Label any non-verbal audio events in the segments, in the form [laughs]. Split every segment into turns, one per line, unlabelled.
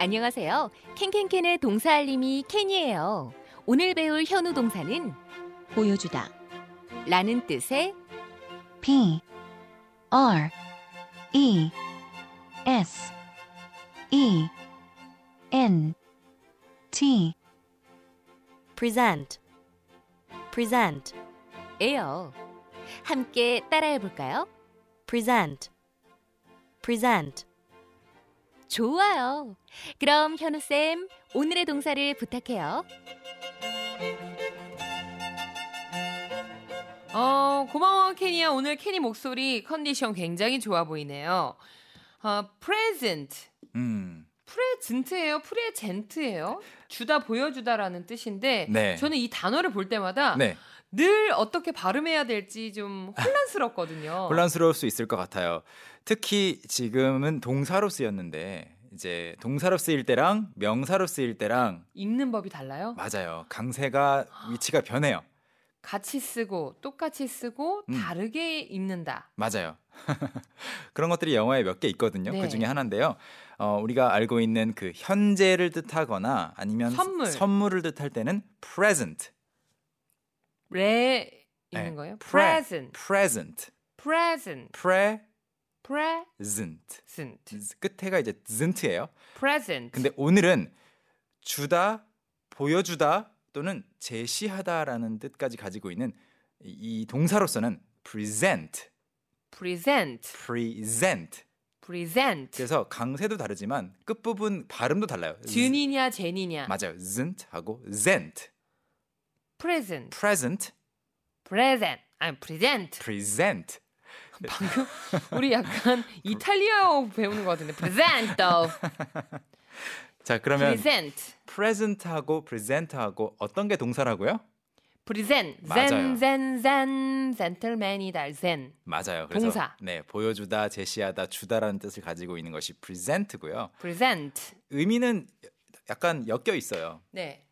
안녕하세요. 캔캔캔의 동사 알림이 캔이에요. 오늘 배울 현우 동사는
보여주다.
라는 뜻의
P R E S E N T present present
에요. 함께 따라해 볼까요?
present present
좋아요. 그럼 현우쌤, 오늘의 동사를 부탁해요.
어, 고마워, 케니야. 오늘 케니 목소리 컨디션 굉장히 좋아 보이네요. 어, present.
음,
present예요? present예요? 주다 보여주다라는 뜻인데
네.
저는 이 단어를 볼 때마다
네.
늘 어떻게 발음해야 될지 좀
[laughs]
혼란스럽거든요.
혼란스러울 수 있을 것 같아요. 특히 지금은 동사로 쓰였는데 이제 동사로 쓰일 때랑 명사로 쓰일 때랑
읽는 법이 달라요?
맞아요. 강세가 위치가 변해요.
같이 쓰고 똑같이 쓰고
음.
다르게 읽는다.
맞아요. [laughs] 그런 것들이 영어에 몇 개 있거든요.
네.
그 중에 하나인데요. 어, 우리가 알고 있는 그 현재를 뜻하거나 아니면
선물.
선물을 뜻할 때는 present,
레
네.
읽는 거예요?
pre.
present,
present,
present,
present.
present,
끝에가 이제 isn't예요.
present.
근데 오늘은 주다, 보여주다 또는 제시하다라는 뜻까지 가지고 있는 이, 이 동사로서는 present,
present,
present.
present.
그래서 강세도 다르지만 끝부분 발음도 달라요.
듀니냐 제니냐
맞아요. isn't 하고 zent,
present
present,
present 아니 present
present.
방금
[laughs]
우리 약간
그
이탈리아어 배우는 것 같은데 present
자, 그러면
present
present하고 present하고 어떤 게 동사라고요?
present
맞아요.
zenzenzen gentleman이다 zen
맞아요. 그래서
동사.
네, 보여주다, 제시하다, 주다라는 뜻을 가지고 있는 것이 present고요.
present
의미는 약간 엮여 있어요.
네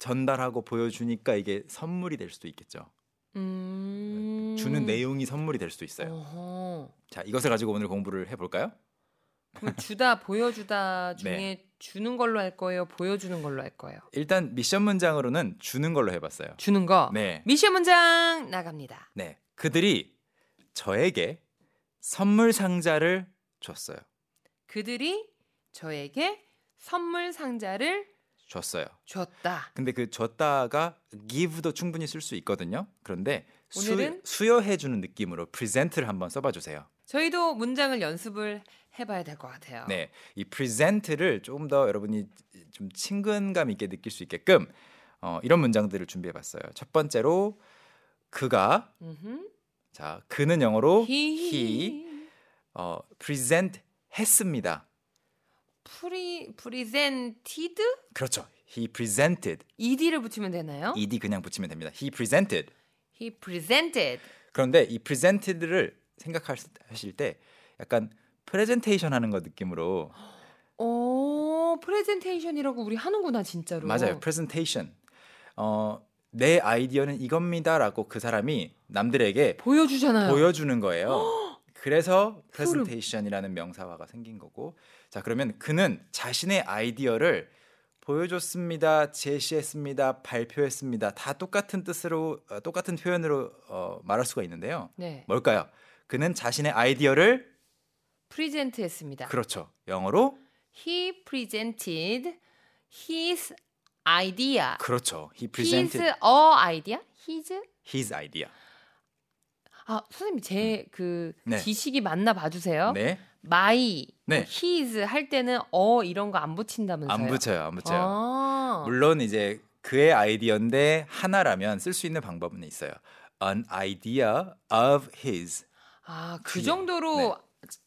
전달하고 보여주니까 이게 선물이 될 수도 있겠죠.
음...
주는 내용이 선물이 될 수도 있어요.
어허.
자, 이것을 가지고 오늘 공부를 해볼까요?
그럼 주다 보여주다 중에
네.
주는 걸로 할 거예요 보여주는 걸로 할 거예요
일단 미션 문장으로는 주는 걸로 해봤어요.
주는 거
네,
미션 문장 나갑니다
네, 그들이 저에게 선물 상자를 줬어요.
그들이 저에게 선물 상자를
줬어요.
줬다
근데 그 줬다가 give도 충분히 쓸 수 있거든요. 그런데 수,
오늘은?
수여해주는 느낌으로 present를 한번 써봐주세요.
저희도 문장을 연습을 해봐야 될 것 같아요.
네, 이 present를 조금 더 여러분이 좀 친근감 있게 느낄 수 있게끔 어, 이런 문장들을 준비해봤어요. 첫 번째로 그가
음흠.
자 그는 영어로 he
히히.
어, present 했습니다.
프리 프리젠티드
그렇죠. He presented.
ed를 붙이면 되나요?
ed 그냥 붙이면 됩니다. He presented.
He presented.
그런데 이 presented를 생각하실 때 약간 프레젠테이션 하는 것 느낌으로
오 프레젠테이션이라고 우리 하는구나 진짜로.
맞아요. presentation. 어, 내 아이디어는 이겁니다라고 그 사람이 남들에게
보여주잖아요.
보여주는 거예요. 그래서
소름.
presentation이라는 명사화가 생긴 거고. 자, 그러면 그는 자신의 아이디어를 보여줬습니다, 제시했습니다, 발표했습니다. 다 똑같은 뜻으로 어, 똑같은 표현으로 어, 말할 수가 있는데요.
네.
뭘까요? 그는 자신의 아이디어를
프리젠트했습니다.
그렇죠. 영어로
He presented his idea.
그렇죠. He
His
presented
a idea? His?
his idea.
아 선생님 제 그
네.
지식이 맞나 봐주세요.
네.
my,
네.
his 할 때는 어 이런 거 안 붙인다면서요?
안 붙여요. 안 붙여요.
아,
물론 이제 그의 아이디어인데 하나라면 쓸 수 있는 방법은 있어요. An idea of his.
아, 그
뒤에.
정도로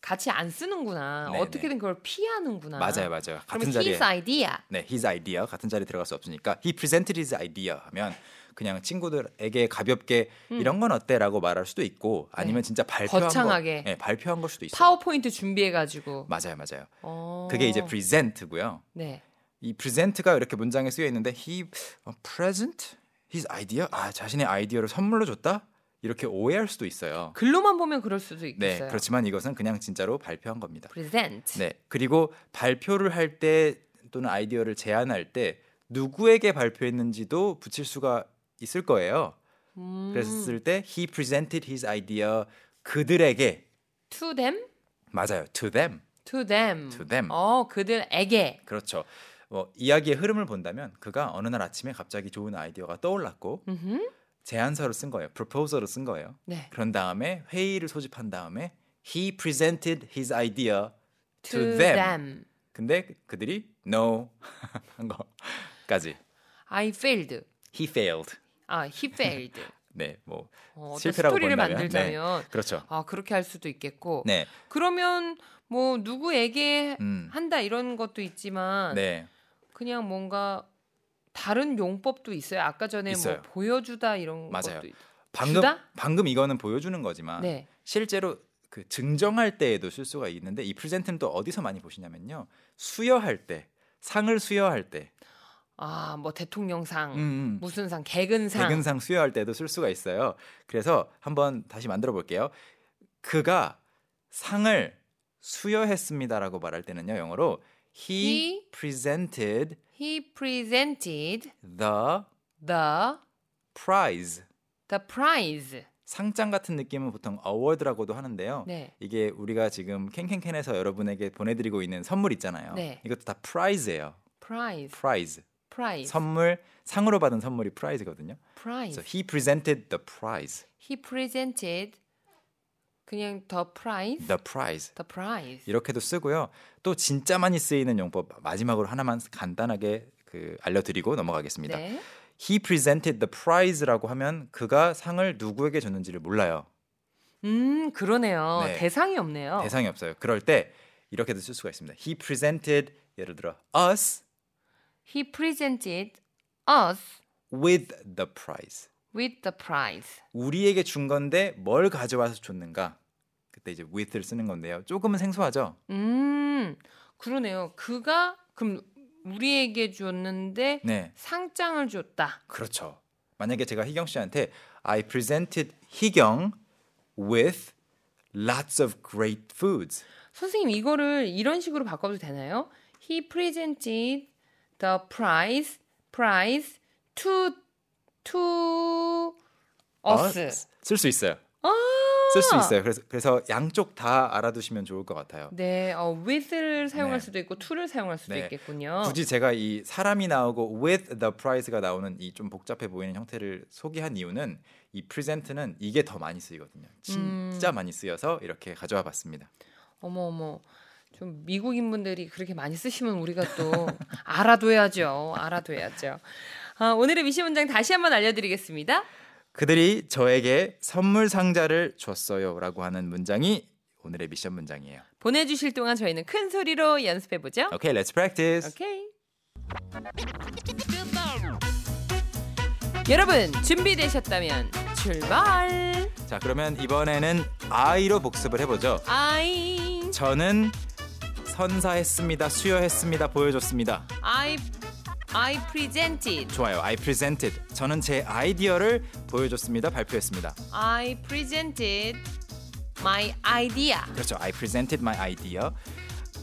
같이 안 쓰는구나.
네,
어떻게든 그걸 피하는구나.
맞아요, 맞아요.
그럼
같은 자리에
his idea.
네, his idea 같은 자리에 들어갈 수 없으니까 he presented his idea 하면 그냥 친구들에게 가볍게 이런 건 어때라고 말할 수도 있고 아니면 진짜 발표한
음. 네. 거창하게.
거, 네, 발표한 걸 수도 있어요.
파워포인트 준비해가지고.
맞아요, 맞아요.
어.
그게 이제 present고요.
네.
이 present가 이렇게 문장에 쓰여 있는데 he 어, present his idea 아 자신의 아이디어를 선물로 줬다 이렇게 오해할 수도 있어요.
글로만 보면 그럴 수도
네,
있겠어요. 네.
그렇지만 이것은 그냥 진짜로 발표한 겁니다.
present.
네, 그리고 발표를 할 때 또는 아이디어를 제안할 때 누구에게 발표했는지도 붙일 수가 있을 거예요.
음,
그래서 쓸 때 he presented his idea 그들에게
to them,
맞아요. to them.
to them,
to them.
어 그들에게.
그렇죠. 뭐 이야기의 흐름을 본다면 그가 어느 날 아침에 갑자기 좋은 아이디어가 떠올랐고
음흠.
제안서를 쓴 거예요. proposal을 쓴 거예요.
네.
그런 다음에 회의를 소집한 다음에 he presented his idea
To,
to,
them.
them. 근데 그들이 no [laughs] 한 거까지
I failed.
he failed.
아, he failed.
네, 뭐
어, 어떤
실패라고
스토리를
본다면,
만들자면
그렇죠.
아 그렇게 할 수도 있겠고.
네,
그러면 뭐 누구에게
음,
한다 이런 것도 있지만
네,
그냥 뭔가 다른 용법도 있어요. 아까 전에
있어요.
뭐 보여주다 이런
맞아요. 아.
것도 있-
방금
주다?
방금 이거는 보여주는 거지만
네.
실제로 그 증정할 때에도 쓸 수가 있는데 이 프레젠트는 또 어디서 많이 보시냐면요 수여할 때 상을 수여할 때
아, 뭐 대통령상,
음, 음.
무슨 상, 개근상.
대근상 수여할 때도 쓸 수가 있어요 그래서 한번 다시 만들어 볼게요 그가 상을 수여했습니다라고 말할 때는요 영어로 he,
He
presented
he presented
the
the
prize
the prize.
상장 같은 느낌은 보통 어워드라고도 하는데요
네.
이게 우리가 지금 캔캔캔에서 여러분에게 보내드리고 있는 선물 있잖아요.
네.
이것도 다 프라이즈예요.
prize.
프라이즈.
prize.
선물 상으로 받은 선물이 프라이즈거든요.
prize.
그래서 he presented the prize.
he presented 그냥 the prize.
the prize.
the prize.
이렇게도 쓰고요. 또 진짜 많이 쓰이는 용법 마지막으로 하나만 간단하게 그 알려드리고 넘어가겠습니다.
네.
he presented the prize라고 하면 그가 상을 누구에게 줬는지를 몰라요.
음, 그러네요.
네.
대상이 없네요.
대상이 없어요. 그럴 때 이렇게도 쓸 수가 있습니다. he presented 예를 들어 us
he presented us
with the prize.
with the prize.
우리에게 준 건데 뭘 가져와서 줬는가? 그때 이제 with를 쓰는 건데요. 조금은 생소하죠.
음, 그러네요. 그가 그럼 우리에게 줬는데
네,
상장을 줬다.
그렇죠. 만약에 제가 희경 씨한테 I presented 희경 with lots of great foods.
선생님 이거를 이런 식으로 바꿔도 되나요? He presented the prize prize to to us.
어, 쓸 수 있어요.
아,
쓸 수 있어요. 그래서 그래서 양쪽 다 알아두시면 좋을 것 같아요.
네, 어, with를 사용할
네.
수도 있고 to를 사용할 수도
네.
있겠군요.
굳이 제가 이 사람이 나오고 with the prize가 나오는 이 좀 복잡해 보이는 형태를 소개한 이유는 이 present는 이게 더 많이 쓰이거든요. 진짜 많이 쓰여서 이렇게 가져와 봤습니다.
어머 어머. 좀 미국인 분들이 그렇게 많이 쓰시면 우리가 또 알아둬야죠. 알아둬야죠. 아, 오늘의 미시 문장 다시 한번 알려드리겠습니다.
그들이 저에게 선물 상자를 줬어요라고 하는 문장이 오늘의 미션 문장이에요.
보내주실 동안 저희는 큰 소리로 연습해보죠.
Okay, let's practice.
오케이. 여러분 준비되셨다면 출발.
자, 그러면 이번에는 I로 복습을 해보죠.
I
저는 선사했습니다, 수여했습니다, 보여줬습니다.
I I presented.
좋아요. I presented. 저는 제 아이디어를 보여줬습니다, 발표했습니다.
I presented my idea.
그렇죠. I presented my idea.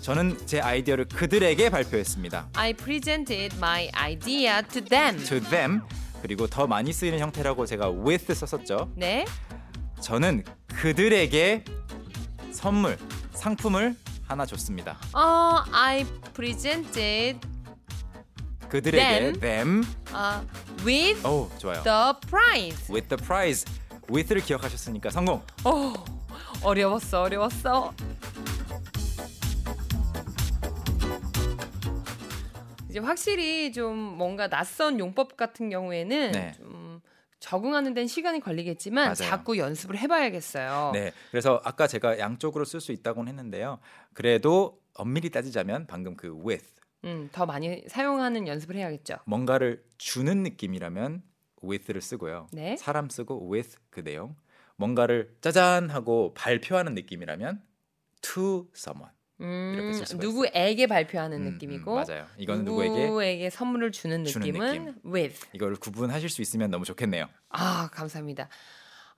저는 제 아이디어를 그들에게 발표했습니다.
I presented my idea to them.
To them. 그리고 더 많이 쓰이는 형태라고 제가 with 썼었죠.
네.
저는 그들에게 선물, 상품을 하나 줬습니다.
어, I presented
그들에게
Them.
them.
uh, with
오, 좋아요.
the prize.
With the prize. with를 기억하셨으니까 성공.
어, 어려웠어, 어려웠어. 이제 확실히 좀 뭔가 낯선 용법 같은 경우에는
네.
좀 적응하는 데는 시간이 걸리겠지만
맞아요.
자꾸 연습을 해봐야겠어요.
네. 그래서 아까 제가 양쪽으로 쓸 수 있다고는 했는데요. 그래도 엄밀히 따지자면 방금 그 with
음, 더 많이 사용하는 연습을 해야겠죠.
뭔가를 주는 느낌이라면 with를 쓰고요.
네.
사람 쓰고 with 그 내용. 뭔가를 짜잔 하고 발표하는 느낌이라면 to someone. 이렇게
음,
쓸 수가
누구에게 발표하는
음, 음,
느낌이고
맞아요. 이건 누구에게
누구에게 선물을 주는
주는
느낌은 with.
이걸 구분하실 수 있으면 너무 좋겠네요.
아 감사합니다.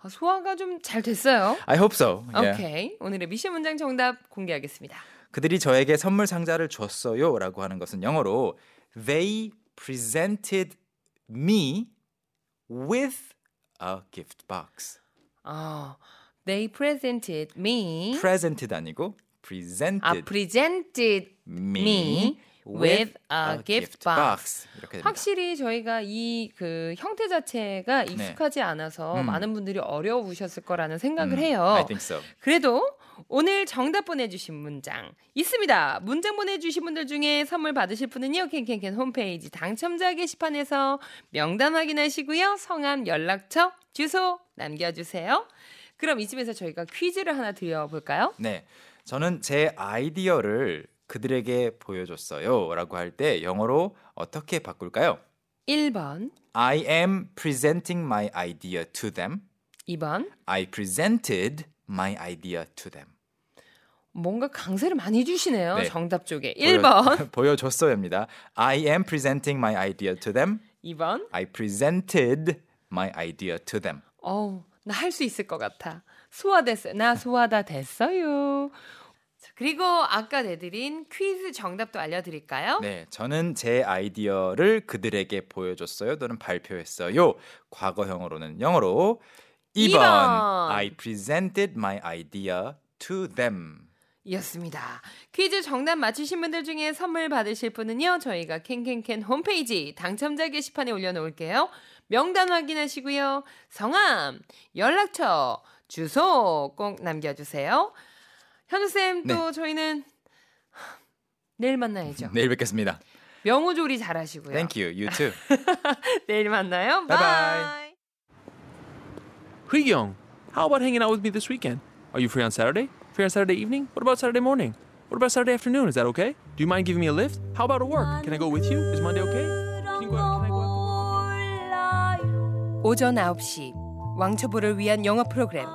아, 소화가 좀 잘 됐어요.
I hope so.
오케이
Yeah.
오늘의 미션 문장 정답 공개하겠습니다.
그들이 저에게 선물 상자를 줬어요라고 하는 것은 영어로 they presented me with a gift box.
아, they presented me.
presented 아니고 presented
아, presented me
me with a 아, gift box. 이렇게 됩니다.
아, 확실히 저희가 이 그 형태 자체가 익숙하지 않아서
네. 음.
많은 분들이 어려우셨을 거라는 생각을
음,
해요.
I think so.
그래도 오늘 정답 보내주신 문장 있습니다. 문장 보내주신 분들 중에 선물 받으실 분은요. 캔캔캔 홈페이지 당첨자 게시판에서 명단 확인하시고요. 성함, 연락처, 주소 남겨주세요. 그럼 이쯤에서 저희가 퀴즈를 하나 드려볼까요?
네. 저는 제 아이디어를 그들에게 보여줬어요라고 할 때 영어로 어떻게 바꿀까요?
1번,
I am presenting my idea to them.
2번
I presented my idea to them.
뭔가 강세를 많이 주시네요.
네.
정답 쪽에
[laughs] 보여-
1번,
보여줬어요입니다. I am presenting my idea to them.
2번
I presented my idea to them.
어우 나 할 수 있을 것 같아. 소화됐어요. 나 소화다 됐어요. 자, 그리고 아까 내드린 퀴즈 정답도 알려드릴까요?
네, 저는 제 아이디어를 그들에게 보여줬어요 또는 발표했어요. 과거형으로는 영어로 2번,
이번.
I presented my idea to them.
이었습니다. 퀴즈 정답 맞히신 분들 중에 선물 받으실 분은요. 저희가 캔캔캔 홈페이지 당첨자 게시판에 올려놓을게요. 명단 확인하시고요. 성함, 연락처, 주소 꼭 남겨주세요. 현우쌤 또
네.
저희는 내일 만나야죠.
내일 뵙겠습니다.
명호조리
네.
잘하시고요.
Thank you. You too.
내일 만나요.
바이바이.
바이.
Young, how about hanging out with me this weekend? Are you free on Saturday? Free on Saturday evening? What about Saturday morning? What about Saturday afternoon? Is that okay? Do you mind giving me a lift? How about a work? Can I go with you? Is Monday okay? Can you go out? Can I go out?
오전 9시 왕초보를 위한 영어 프로그램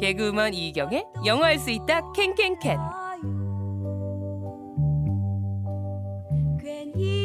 개그우먼 이경의 영어할 수 있다 캔캔캔
괜히